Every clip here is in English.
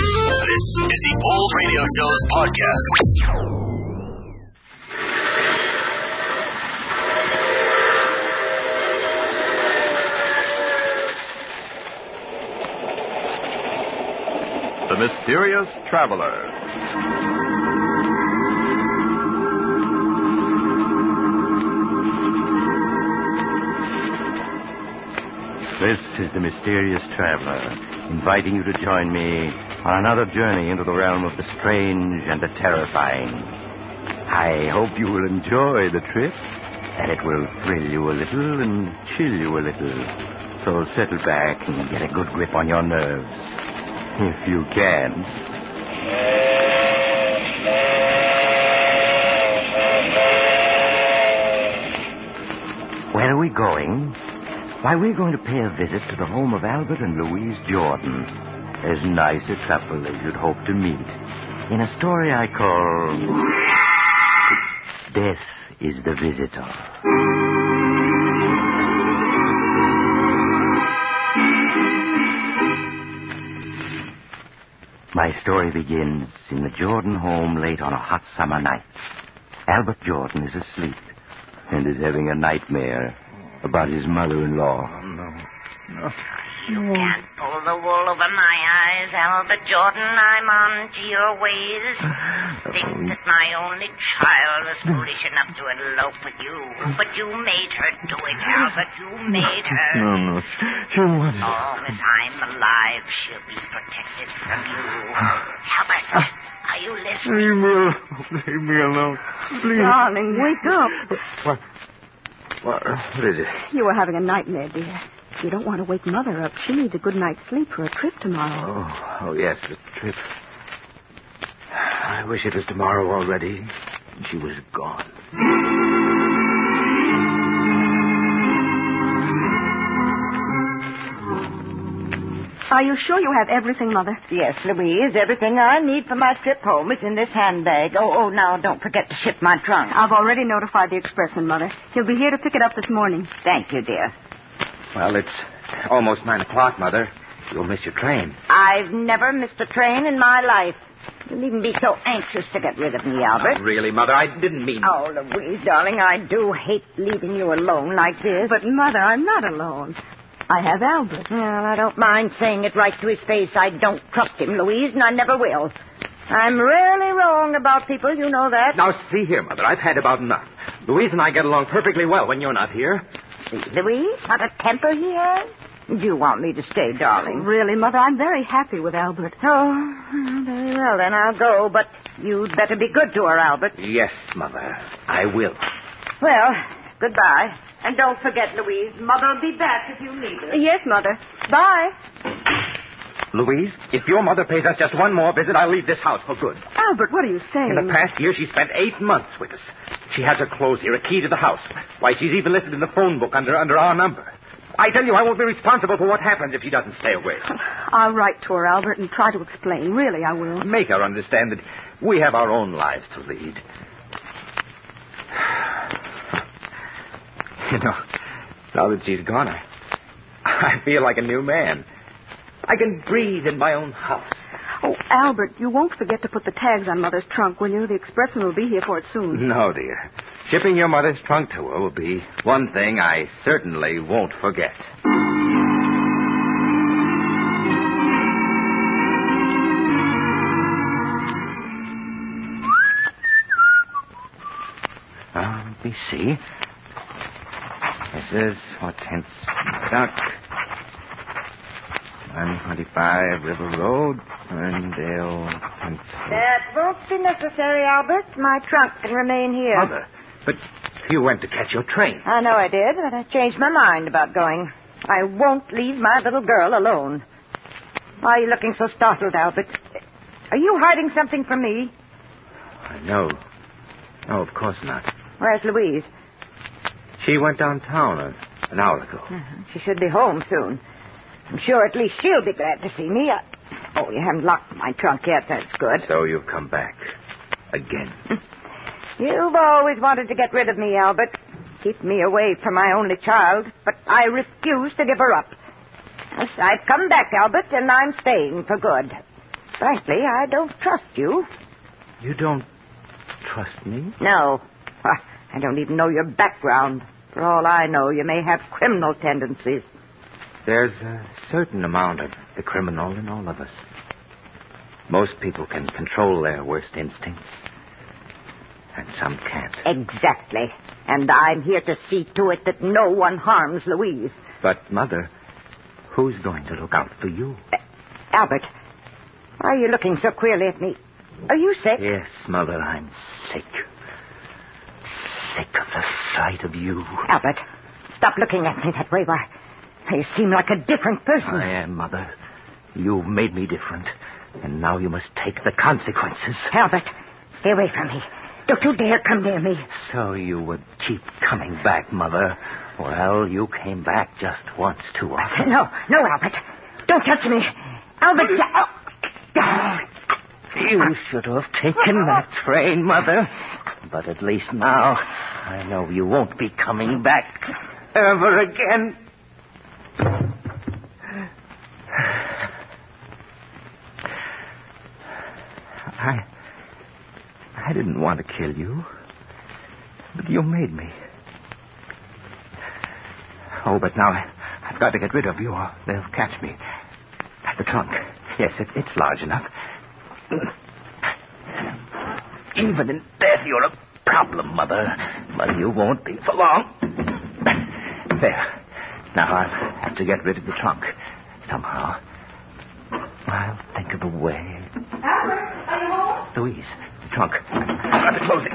This is the Old Radio Show's podcast. The Mysterious Traveler. This is the mysterious traveler, inviting you to join me on another journey into the realm of the strange and the terrifying. I hope you will enjoy the trip, and it will thrill you a little and chill you a little. So settle back and get a good grip on your nerves, if you can. Where are we going? Why, we're going to pay a visit to the home of Albert and Louise Jordan. As nice a couple as you'd hope to meet. In a story I call Death is the Visitor. My story begins in the Jordan home late on a hot summer night. Albert Jordan is asleep and is having a nightmare about his mother in law. Can't pull the wool over my eyes, Albert Jordan. I'm on to your ways. Think that my only child was foolish enough to elope with you. But you made her do it, Albert. You made her. No, no. She As wanted long as I'm alive, she'll be protected from you. Albert, are you listening? Leave me alone. Leave me alone. Please. Darling, wake up. What? What, what is it? You were having a nightmare, dear. You don't want to wake Mother up. She needs a good night's sleep for a trip tomorrow. Oh, oh yes, the trip. I wish it was tomorrow already. She was gone. Are you sure you have everything, Mother? Yes, Louise, everything I need for my trip home is in this handbag. Oh, oh, now don't forget to ship my trunk. I've already notified the expressman, Mother. He'll be here to pick it up this morning. Thank you, dear. Well, it's almost nine o'clock, Mother. You'll miss your train. I've never missed a train in my life. You needn't be so anxious to get rid of me, Albert. really, Mother, I didn't mean. Oh, Louise, darling, I do hate leaving you alone like this. But, Mother, I'm not alone. I have Albert. Well, I don't mind saying it right to his face. I don't trust him, Louise, and I never will. I'm really wrong about people, you know that. Now, see here, Mother. I've had about enough. Louise and I get along perfectly well when you're not here. See, Louise, what a temper he has. You want me to stay, darling. Really, Mother, I'm very happy with Albert. Oh, very well, then I'll go, but you'd better be good to her, Albert. Yes, Mother. I will. Well, goodbye. And don't forget, Louise, Mother'll be back if you need her. Yes, Mother. Bye. Louise, if your mother pays us just one more visit, I'll leave this house for good. Albert, what are you saying? In the past year, she spent eight months with us. She has her clothes here, a key to the house. Why, she's even listed in the phone book under, under our number. I tell you, I won't be responsible for what happens if she doesn't stay away. I'll write to her, Albert, and try to explain. Really, I will. Make her understand that we have our own lives to lead. You know, now that she's gone, I, I feel like a new man. I can breathe in my own house. Oh, Albert, you won't forget to put the tags on Mother's trunk, will you? The expressman will be here for it soon. No, dear. Shipping your mother's trunk to her will be one thing I certainly won't forget. Uh, Ah, let me see. This is what tense duck. 125 River Road, Ferndale, Pennsylvania. That won't be necessary, Albert. My trunk can remain here. Mother, but you went to catch your train. I know I did, but I changed my mind about going. I won't leave my little girl alone. Why are you looking so startled, Albert? Are you hiding something from me? No. No, of course not. Where's Louise? She went downtown a, an hour ago. Hmm. Mm-hmm. She should be home soon. I'm sure at least she'll be glad to see me. I... Oh, you haven't locked my trunk yet. That's good. So you've come back. Again. You've always wanted to get rid of me, Albert. Keep me away from my only child, but I refuse to give her up. Yes, I've come back, Albert, and I'm staying for good. Frankly, I don't trust you. You don't trust me? No. Why, I don't even know your background. For all I know, you may have criminal tendencies. There's a certain amount of the criminal in all of us. Most people can control their worst instincts, and some can't. Exactly. And I'm here to see to it that no one harms Louise. But, Mother, who's going to look out for you? Albert, why are you looking so queerly at me? Are you sick? Yes, Mother, I'm sick. Sick of the sight of you. Albert, stop looking at me that way. Why, why, you seem like a different person. I am, Mother. You've made me different, and now you must take the consequences. Albert, stay away from me. Don't you dare come near me. So you would keep coming back, Mother. Well, you came back just once too often. No, no, Albert. Don't touch me. Albert, oh. You should have taken that train, Mother. But at least now I know you won't be coming back ever again. I. I didn't want to kill you. But you made me. Oh, but now I, I've got to get rid of you or they'll catch me. The trunk. Yes, it, it's large enough. Even in death, you're a problem, Mother. But you won't be for long. There. Now I'll have to get rid of the trunk. Somehow. I'll think of a way. Albert, are you home? Louise, the trunk. I've got to close it.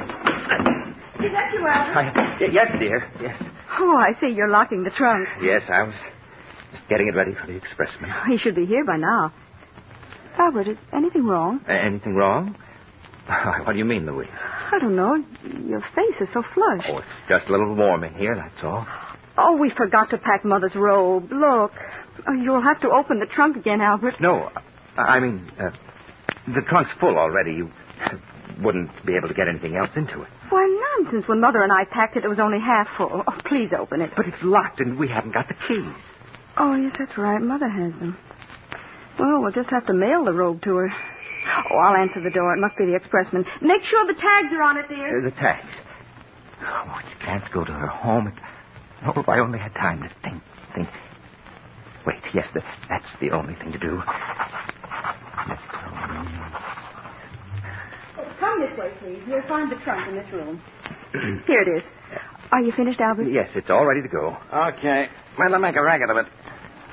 Is that you, Albert? I- y- yes, dear. Yes. Oh, I see. You're locking the trunk. Yes, I was just getting it ready for the expressman. He should be here by now. Albert, is anything wrong? A- anything wrong? What do you mean, Louise? I don't know. Your face is so flushed. Oh, it's just a little warm in here, that's all. Oh, we forgot to pack Mother's robe. Look. Oh, You'll have to open the trunk again, Albert. No, I I mean, uh, the trunk's full already. You wouldn't be able to get anything else into it. Why, nonsense. When Mother and I packed it, it was only half full. Oh, please open it. But it's locked, and we haven't got the keys. Oh, yes, that's right. Mother has them. Well, we'll just have to mail the robe to her. Oh, I'll answer the door. It must be the expressman. Make sure the tags are on it, dear. Uh, the tags. Oh, she can't go to her home. It- Oh, if I only had time to think. think. Wait, yes, the, that's the only thing to do. Come this way, please. You'll find the trunk in this room. Here it is. Are you finished, Albert? Yes, it's all ready to go. Okay. Well, I'll make a racket of it.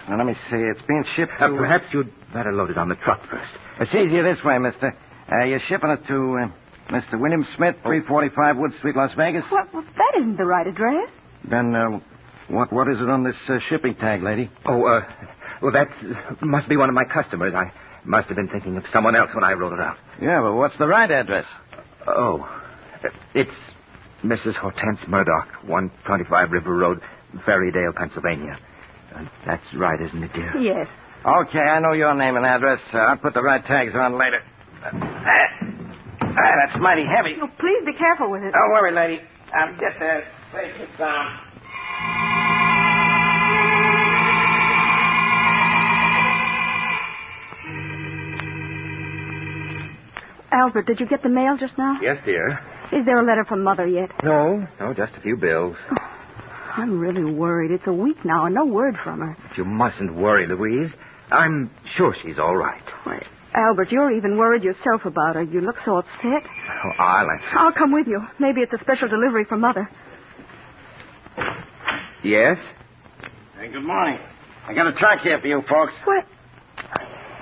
Now, let me see. It's being shipped to... Uh, perhaps you'd better load it on the truck first. It's easier this way, mister. Uh, you're shipping it to uh, Mr. William Smith, 345 Wood Street, Las Vegas. Well, well, that isn't the right address. Then, uh, what, what is it on this uh, shipping tag, lady? Oh, uh, well, that uh, must be one of my customers. I must have been thinking of someone else when I wrote it out. Yeah, but what's the right address? Oh, it's Mrs. Hortense Murdoch, 125 River Road, Ferrydale, Pennsylvania. Uh, that's right, isn't it, dear? Yes. Okay, I know your name and address. Uh, I'll put the right tags on later. Ah, ah, that's mighty heavy. Oh, please be careful with it. Don't worry, lady. I'll get there. Place um, it down. Albert, did you get the mail just now? Yes, dear. Is there a letter from Mother yet? No, no, just a few bills. I'm really worried. It's a week now and no word from her. But you mustn't worry, Louise. I'm sure she's all right. Wait. Albert, you're even worried yourself about her. You look so upset. Oh, I'll answer. I'll come with you. Maybe it's a special delivery for Mother. Yes? Hey, good morning. I got a trunk here for you folks. What?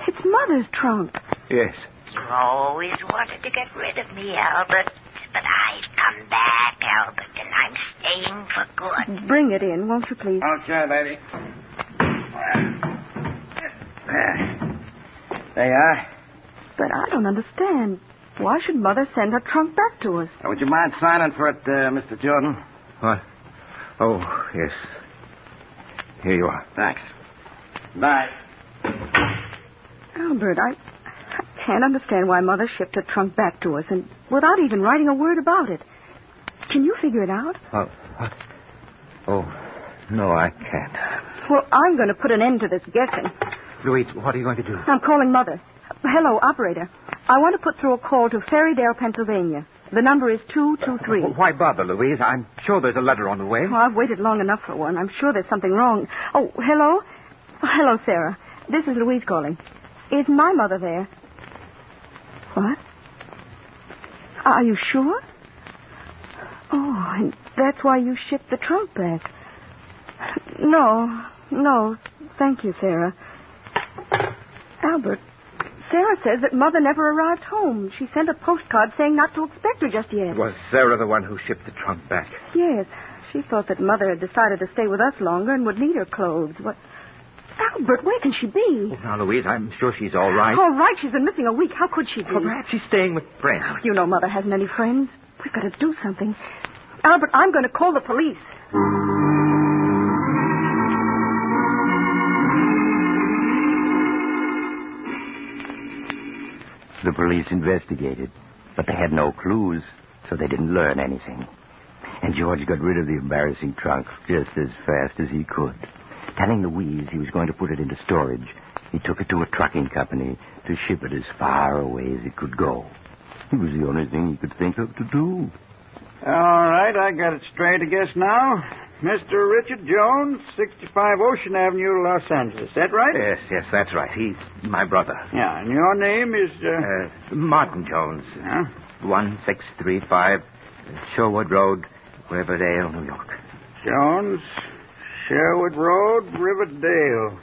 It's Mother's trunk. Yes. You always wanted to get rid of me, Albert. But I've come back, Albert, and I'm staying for good. Bring it in, won't you, please? Okay, lady. There you are. But I don't understand. Why should Mother send her trunk back to us? Now, would you mind signing for it, uh, Mr. Jordan? What? Oh, yes. Here you are. Thanks. Bye. Albert, I, I can't understand why Mother shipped her trunk back to us and without even writing a word about it. Can you figure it out? Oh, what? oh no, I can't. Well, I'm going to put an end to this guessing. Louise, what are you going to do? I'm calling Mother. Hello, operator. I want to put through a call to Ferrydale, Pennsylvania. The number is 223. Well, why bother, Louise? I'm sure there's a letter on the way. Well, Oh, I've waited long enough for one. I'm sure there's something wrong. Oh, hello? Oh, hello, Sarah. This is Louise calling. Is my mother there? What? Are you sure? Oh, and that's why you shipped the trunk back. No, no. Thank you, Sarah. Albert, Sarah says that Mother never arrived home. She sent a postcard saying not to expect her just yet. Was Sarah the one who shipped the trunk back? Yes. She thought that Mother had decided to stay with us longer and would need her clothes. What? Albert, where can she be? Now, Louise, I'm sure she's all right. All right, she's been missing a week. How could she be? Well, perhaps she's staying with friends. You know Mother hasn't any friends. We've got to do something. Albert, I'm going to call the police. The police investigated, but they had no clues, so they didn't learn anything. And George got rid of the embarrassing trunk just as fast as he could. Telling Louise he was going to put it into storage, he took it to a trucking company to ship it as far away as it could go. It was the only thing he could think of to do. All right, I got it straight, I guess, now. Mr. Richard Jones, 65 Ocean Avenue, Los Angeles. Is that right? Yes, yes, that's right. He's my brother. Yeah, and your name is. Uh... Uh, Martin Jones. Huh? 1635 Sherwood Road, Riverdale, New York. Jones, Sherwood Road, Riverdale.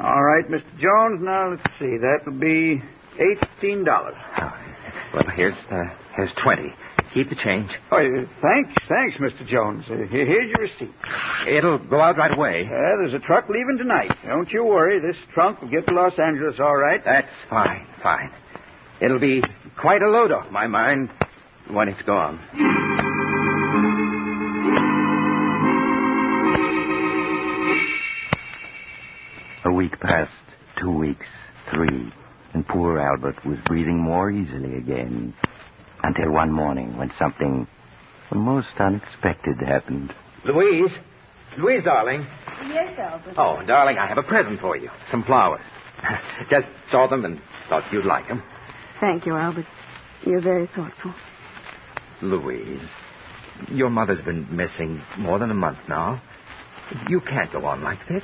All right, Mr. Jones, now let's see. That'll be $18. Oh, well, here's, uh, here's 20. Keep the change. Oh, uh, thanks, thanks, Mr. Jones. Uh, here- here's your receipt. It'll go out right away. Uh, there's a truck leaving tonight. Don't you worry. This trunk will get to Los Angeles all right. That's fine, fine. It'll be quite a load off my mind when it's gone. A week passed, two weeks, three, and poor Albert was breathing more easily again. Until one morning when something most unexpected happened. Louise? Louise, darling. Yes, Albert. Oh, darling, I have a present for you. Some flowers. Just saw them and thought you'd like them. Thank you, Albert. You're very thoughtful. Louise, your mother's been missing more than a month now. You can't go on like this.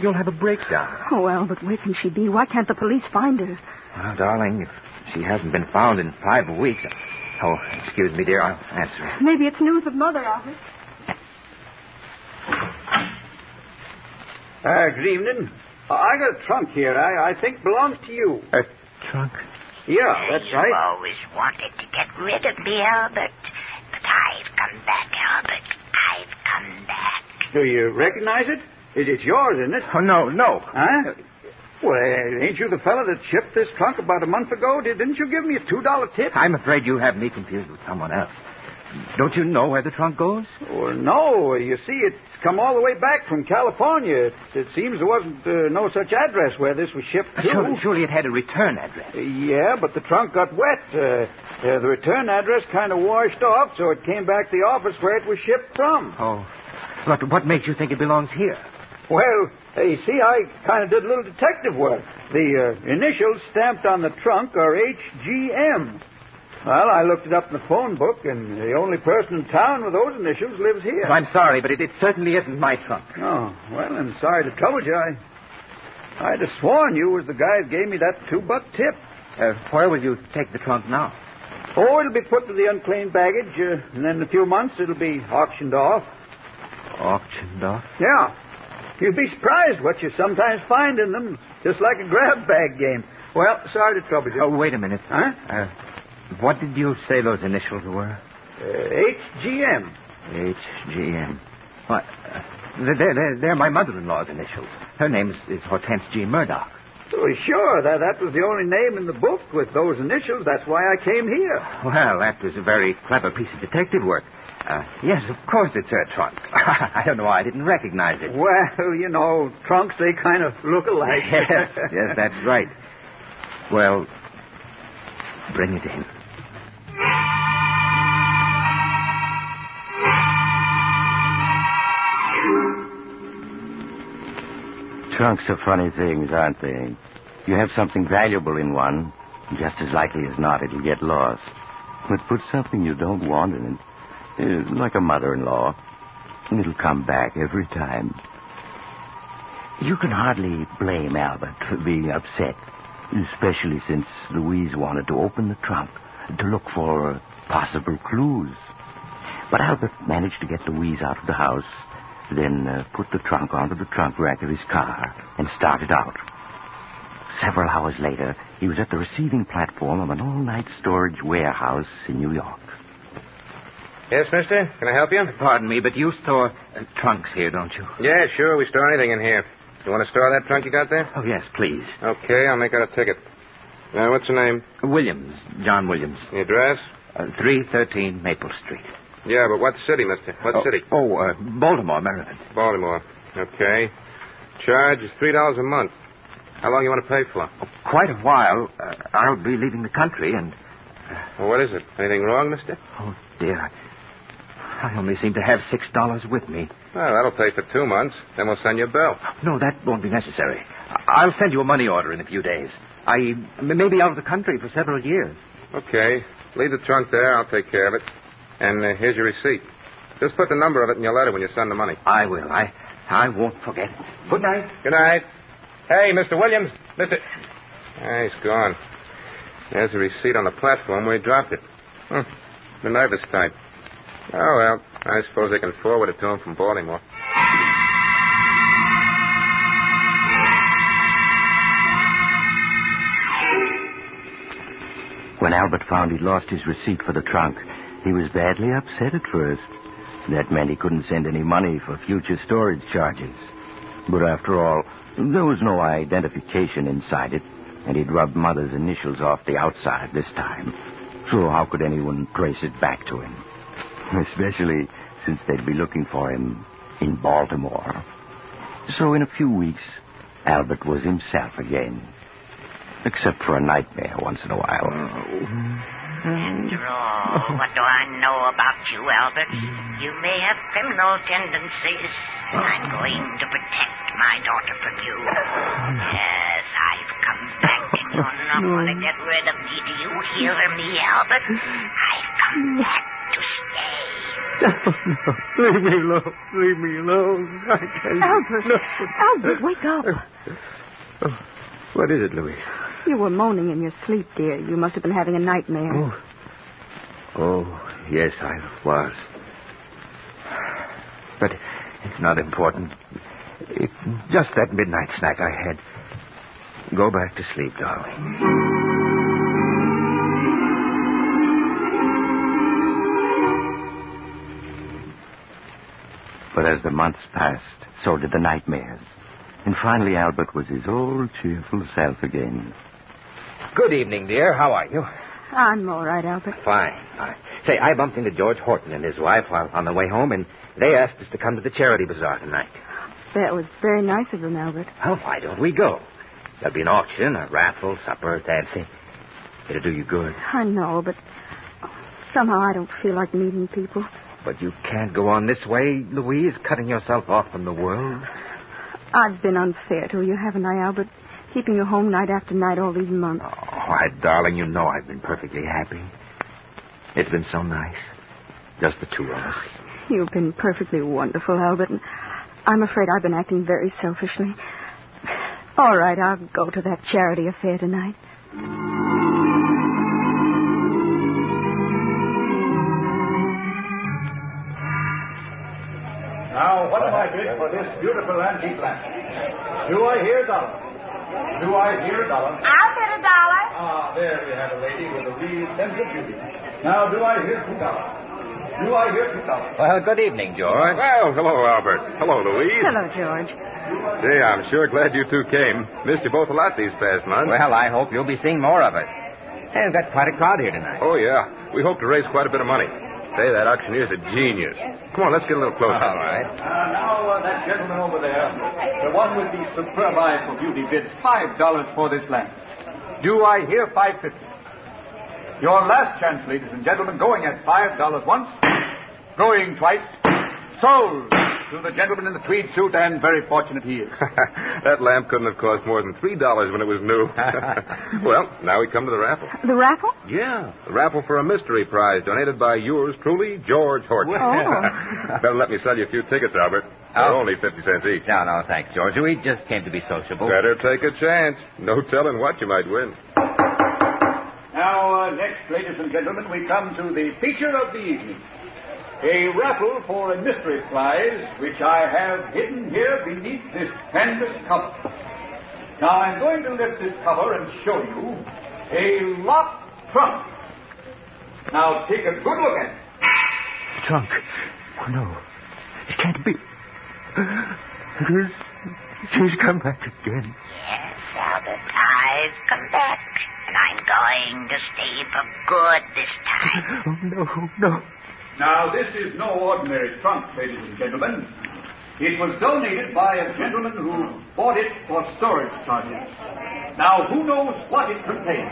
You'll have a breakdown. Oh, Albert, where can she be? Why can't the police find her? Well, darling, if she hasn't been found in five weeks. Oh, excuse me, dear. I'll answer it. Maybe it's news of Mother, Albert. Uh, good evening. Uh, I got a trunk here I, I think belongs to you. A trunk? Yeah, that's you right. always wanted to get rid of me, Albert. But I've come back, Albert. I've come back. Do you recognize it? it it's yours, isn't it? Oh, no, no. Huh? Well, ain't you the fella that shipped this trunk about a month ago? Did, didn't you give me a $2 tip? I'm afraid you have me confused with someone else. Don't you know where the trunk goes? Well, no. You see, it's come all the way back from California. It, it seems there wasn't uh, no such address where this was shipped to. Surely, surely it had a return address. Yeah, but the trunk got wet. Uh, uh, the return address kind of washed off, so it came back to the office where it was shipped from. Oh, but what makes you think it belongs here? Well, uh, you see, I kind of did a little detective work. The uh, initials stamped on the trunk are HGM. Well, I looked it up in the phone book, and the only person in town with those initials lives here. I'm sorry, but it, it certainly isn't my trunk. Oh, well, I'm sorry to trouble you. I, I'd have sworn you was the guy that gave me that two-buck tip. Uh, where will you take the trunk now? Oh, it'll be put to the unclaimed baggage, uh, and then in a few months it'll be auctioned off. Auctioned off. Yeah. You'd be surprised what you sometimes find in them, just like a grab bag game. Well, sorry to trouble you. Oh, wait a minute. Huh? Uh, what did you say those initials were? Uh, HGM. HGM. What? Uh, they're, they're, they're my mother-in-law's initials. Her name is, is Hortense G. Murdoch. Well, sure, that, that was the only name in the book with those initials. That's why I came here. Well, that was a very clever piece of detective work. Uh, yes, of course it's her trunk. I don't know why I didn't recognize it. Well, you know, trunks, they kind of look alike. yes, yes, that's right. Well, bring it in. Trunks are funny things, aren't they? You have something valuable in one, just as likely as not it'll get lost. But put something you don't want in it, eh, like a mother-in-law, and it'll come back every time. You can hardly blame Albert for being upset, especially since Louise wanted to open the trunk to look for possible clues. But Albert managed to get Louise out of the house, then uh, put the trunk onto the trunk rack of his car and started out. Several hours later, he was at the receiving platform of an all-night storage warehouse in New York. Yes, mister? Can I help you? Pardon me, but you store uh, trunks here, don't you? Yeah, sure. We store anything in here. You want to store that trunk you got there? Oh, yes, please. Okay, I'll make out a ticket. Now, what's your name? Williams, John Williams. Your address? Uh, 313 Maple Street. Yeah, but what city, mister? What oh, city? Oh, uh, Baltimore, Maryland. Baltimore. Okay. Charge is $3 a month. How long you want to pay for? Oh, quite a while. Uh, I'll be leaving the country and. Well, what is it? Anything wrong, mister? Oh, dear. I only seem to have six dollars with me. Well, that'll pay for two months. Then we'll send you a bill. No, that won't be necessary. I- I'll send you a money order in a few days. I m- may be out of the country for several years. Okay. Leave the trunk there. I'll take care of it. And uh, here's your receipt. Just put the number of it in your letter when you send the money. I will. I I won't forget. Good night. Good night. Hey, Mr. Williams. Mr. Ah, he's gone. There's a receipt on the platform where he dropped it. Hmm. The nervous type. Oh, well, I suppose they can forward it to him from Baltimore. When Albert found he'd lost his receipt for the trunk, he was badly upset at first. That meant he couldn't send any money for future storage charges. But after all, there was no identification inside it, and he'd rubbed Mother's initials off the outside this time. So how could anyone trace it back to him? Especially since they'd be looking for him in Baltimore. So in a few weeks, Albert was himself again. Except for a nightmare once in a while. After all, Oh, what do I know about you, Albert? You may have criminal tendencies. and I'm going to protect my daughter from you. Yes, I've come back, and you're not going to get rid of me. Do you hear me, Albert? I've come back to stay. Leave me alone. Leave me alone. I can't. Albert, Albert, wake up. What is it, Louise? You were moaning in your sleep, dear. You must have been having a nightmare. Oh, yes, I was. But it's not important. It's just that midnight snack I had. Go back to sleep, darling. But as the months passed, so did the nightmares. And finally, Albert was his old cheerful self again. Good evening, dear. How are you? I'm all right, Albert. Fine. fine. Say, I bumped into George Horton and his wife while on the way home, and they asked us to come to the charity bazaar tonight. That was very nice of them, Albert. Well, why don't we go? There'll be an auction, a raffle, supper, dancing. It'll do you good. I know, but somehow I don't feel like meeting people. But you can't go on this way, Louise, cutting yourself off from the world. I've been unfair to you, haven't I, Albert? Keeping you home night after night all these months. Oh, why, darling, you know I've been perfectly happy. It's been so nice. Just the two of us. You've been perfectly wonderful, Albert. and I'm afraid I've been acting very selfishly. All right, I'll go to that charity affair tonight. Now, what have I bid for this beautiful antique lamp? Do I hear a dollar? Do I hear a dollar? I'll bet a dollar. Ah, there we have a lady with a real sense of beauty. Now, do I hear two dollars? Do I hear two dollars? Well, good evening, George. Well, hello, Albert. Hello, Louise. Hello, George. Say, I'm sure glad you two came. Missed you both a lot these past months. Well, I hope you'll be seeing more of us. Hey, we've got quite a crowd here tonight. Oh, yeah. We hope to raise quite a bit of money. Say, that auctioneer's a genius. Come on, let's get a little closer. All right. Uh, now, uh, that gentleman over there, the one with the superb eye for beauty, bids five dollars for this lamp. Do I hear five fifty? Your last chance, ladies and gentlemen, going at five dollars once, going twice, sold. To the gentleman in the tweed suit, and very fortunate he is. that lamp couldn't have cost more than $3 when it was new. well, now we come to the raffle. The raffle? Yeah, the raffle for a mystery prize donated by yours truly, George Horton. Oh. Better let me sell you a few tickets, Albert. They're Oh. only 50 cents each. No, no, thanks, George. We just came to be sociable. Better take a chance. No telling what you might win. Now, uh, next, ladies and gentlemen, we come to the feature of the evening. A raffle for a mystery prize, which I have hidden here beneath this canvas cover. Now, I'm going to lift this cover and show you a locked trunk. Now, take a good look at it. Trunk. Oh, no. It can't be. It is. She's come back Yes, again. Albert, I've come back, and I'm going to stay for good this time. Oh, no, no. Now, this is no ordinary trunk, ladies and gentlemen. It was donated by a gentleman who bought it for storage projects. Now, who knows what it contains?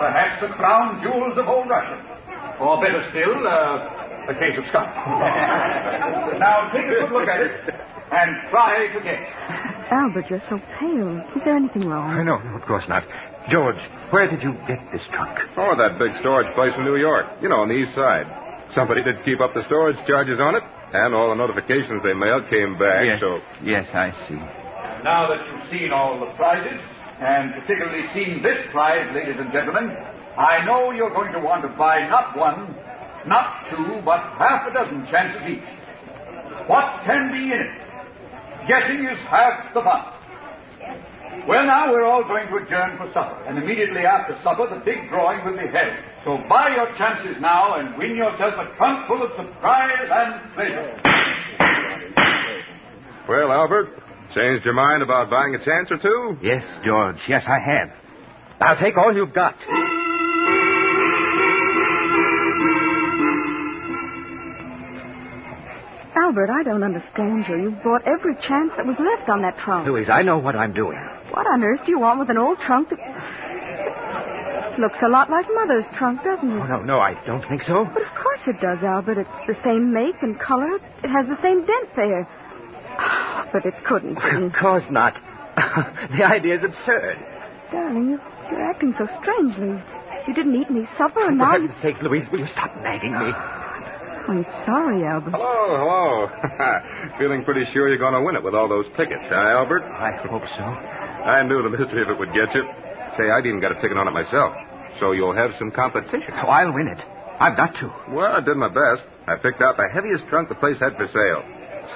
Perhaps the crown jewels of old Russia. Or better still, uh, a case of scotch. now, take a good look at it and try to guess. Albert, you're so pale. Is there anything wrong? No, no, of course not. George, where did you get this trunk? Oh, that big storage place in New York. You know, on the east side. Somebody did keep up the storage charges on it, and all the notifications they mailed came back, yes. so. Yes, I see. Now that you've seen all the prizes, and particularly seen this prize, ladies and gentlemen, I know you're going to want to buy not one, not two, but half a dozen chances each. What can be in it? Guessing is half the fun. Well, now we're all going to adjourn for supper, and immediately after supper, the big drawing will be held. So buy your chances now and win yourself a trunk full of surprise and pleasure. Well, Albert, changed your mind about buying a chance or two? Yes, George. Yes, I have. I'll take all you've got. Albert, I don't understand you. You bought every chance that was left on that trunk. Louise, I know what I'm doing. What on earth do you want with an old trunk that looks a lot like Mother's trunk, doesn't Oh, it? no, no, I don't think so. But of course it does, Albert. It's the same make and color. It has the same dent there. But it couldn't. Of be. course not. the idea is absurd. Darling, you, you're acting so strangely. You didn't eat any supper, and For now you... heaven's sake, Louise, will you stop nagging me? I'm sorry, Albert. Hello, hello. Feeling pretty sure you're going to win it with all those tickets, huh, Albert? I hope so. I knew the mystery of it would get you. Say, I'd even got a ticket on it myself. So you'll have some competition. Oh, I'll win it. I've got to. Well, I did my best. I picked out the heaviest trunk the place had for sale.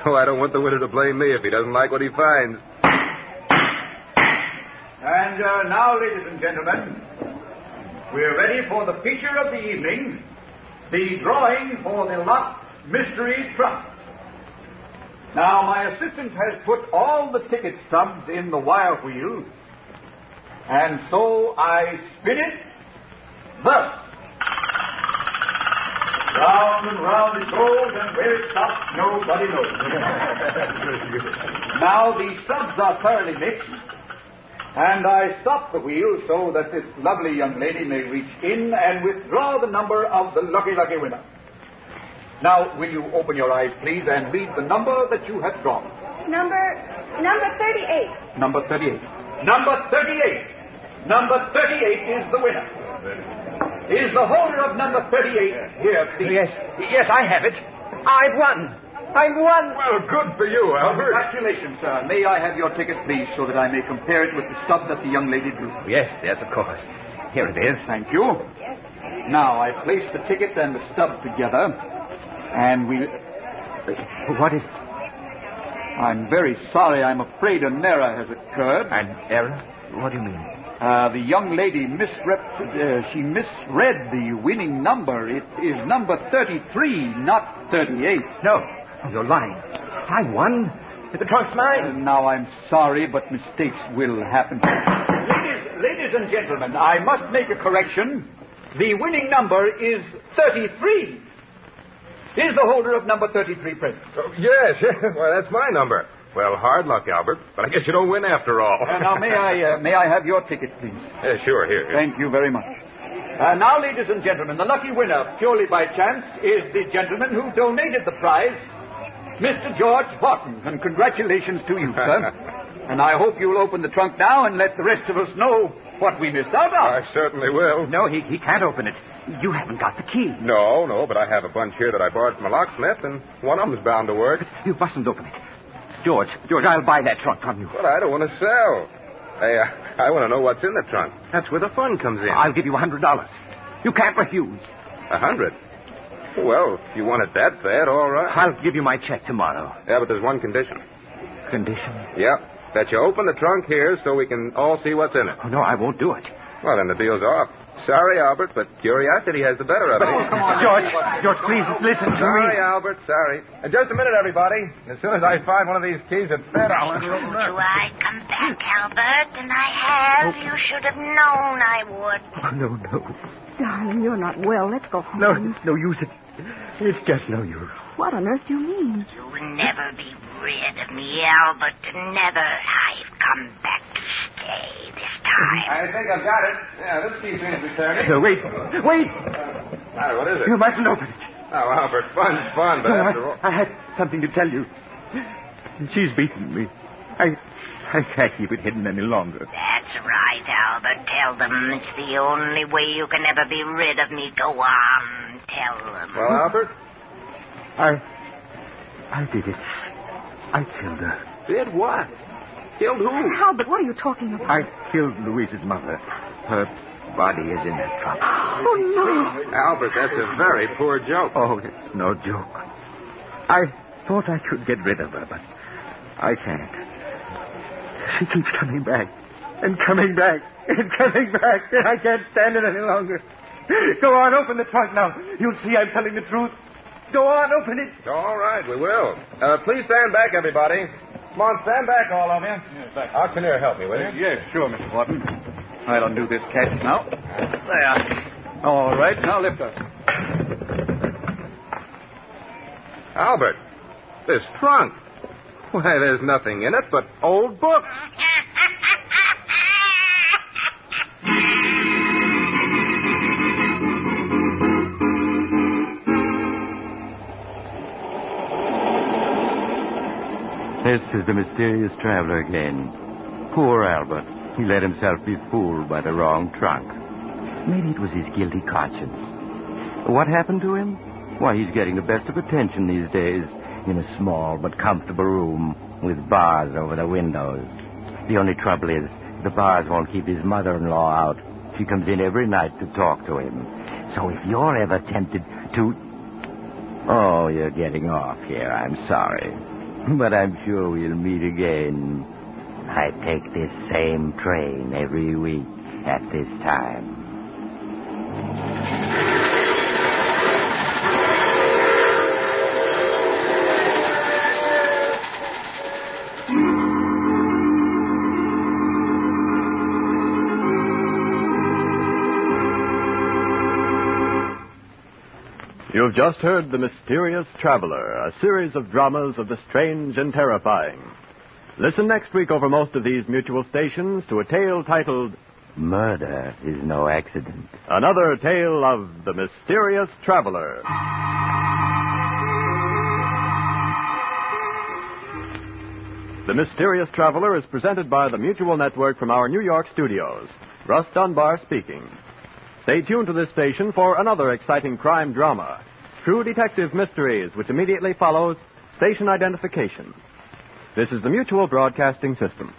So I don't want the winner to blame me if he doesn't like what he finds. And uh, now, ladies and gentlemen, we're ready for the feature of the evening the drawing for the locked mystery trunk. Now, my assistant has put all the ticket stubs in the wire wheel, and so I spin it thus. Round and round it goes, and where it stops, nobody knows. now, the stubs are thoroughly mixed. And I stop the wheel so that this lovely young lady may reach in and withdraw the number of the lucky, lucky winner. Now, will you open your eyes, please, and read the number that you have drawn? Number number 38. Number 38. Number 38. Number 38 is the winner. Is the holder of number 38 here, please? Yes, yes, I have it. I've won. I've won. Well, good for you, Albert. Congratulations, sir. May I have your ticket, please, so that I may compare it with the stub that the young lady drew? Yes, yes, of course. Here it is. Thank you. Now, I place the ticket and the stub together, and we. What is I'm very sorry. I'm afraid an error has occurred. an error? What do you mean? Uh, the young lady misrep. Uh, she misread the winning number. It is number 33, not 38. No, oh, you're lying. I won. The trunk's Uh, mine. now, I'm sorry, but mistakes will happen. ladies, ladies and gentlemen, I must make a correction. The winning number is 33. Is the holder of number 33 present? Oh, yes, well, that's my number. Well, hard luck, Albert. But I guess you don't win after all. Uh, now, may I, uh, may I have your ticket, please? Yeah, sure, here. here. Thank you very much. Uh, now, ladies and gentlemen, the lucky winner, purely by chance, is the gentleman who donated the prize, Mr. George Barton, and congratulations to you, sir. and I hope you'll open the trunk now and let the rest of us know what we missed out on. I certainly will. No, he, he can't open it. You haven't got the key. No, no, but I have a bunch here that I borrowed from a locksmith, and one of them's bound to work. You mustn't open it. George, George, I'll buy that trunk from you. Well, I don't want to sell. Hey, uh, I want to know what's in the trunk. That's where the fun comes in. I'll give you a hundred dollars. You can't refuse. A hundred? Well, if you want it that bad, all right. I'll give you my check tomorrow. Yeah, but there's one condition. Condition? Yep. That you open the trunk here so we can all see what's in it. Oh, no, I won't do it. Well, then the deal's off. Sorry, Albert, but curiosity has the better of it. Oh, George, George, please listen to me. Sorry, Albert, sorry. And just a minute, everybody. As soon as I find one of these keys at bed, I'll let you open Do I come back, Albert? And I have. You should have known I would. Oh, no, no. Darling, you're not well. Let's go home. No, it's no use. It, it's just no use. What on earth do you mean? You'll never be rid of me, Albert. Never. I've come back to stay this time. I think I've got it. Yeah, this key's in for Saturday. Here, wait. Wait. Now, what is it? You mustn't open it. Oh, Albert, fun's fun, but No, I- after all. I, had something to tell you. She's beaten me. I, I can't keep it hidden any longer. That's right, Albert. Tell them it's the only way you can ever be rid of me. Go on. Tell them. Well, Albert? I, I did it. I killed her. Did what? Killed who? Albert, what are you talking about? I killed Louise's mother. Her body is in that trunk. Oh, Albert, that's a very poor joke. Oh, it's no joke. I thought I could get rid of her, but I can't. She keeps coming back and coming back and coming back, and I can't stand it any longer. Go on, open the trunk now. You'll see I'm telling the truth. Go on, open it. All right, we will. Uh, please stand back, everybody. Come on, stand back, all of you. Auctioneer, help me, will you? Yes, sure, Mr. Barton. I don't do this cash now. There. All right, now lift us. Albert, this trunk. Why, there's nothing in it but old books. This is the mysterious traveler again. Poor Albert. He let himself be fooled by the wrong trunk. Maybe it was his guilty conscience. What happened to him? Why, he's getting the best of attention these days in a small but comfortable room with bars over the windows. The only trouble is the bars won't keep his mother-in-law out. She comes in every night to talk to him. So if you're ever tempted to... Oh, you're getting off here. I'm sorry. But I'm sure we'll meet again. I take this same train every week at this time. You've just heard The Mysterious Traveler, a series of dramas of the strange and terrifying. Listen next week over most of these mutual stations to a tale titled Murder is no accident. Another Tale of the Mysterious Traveler. The Mysterious Traveler is presented by the Mutual Network from our New York studios. Russ Dunbar speaking. Stay tuned to this station for another exciting crime drama, True Detective Mysteries, which immediately follows Station Identification. This is the Mutual Broadcasting System.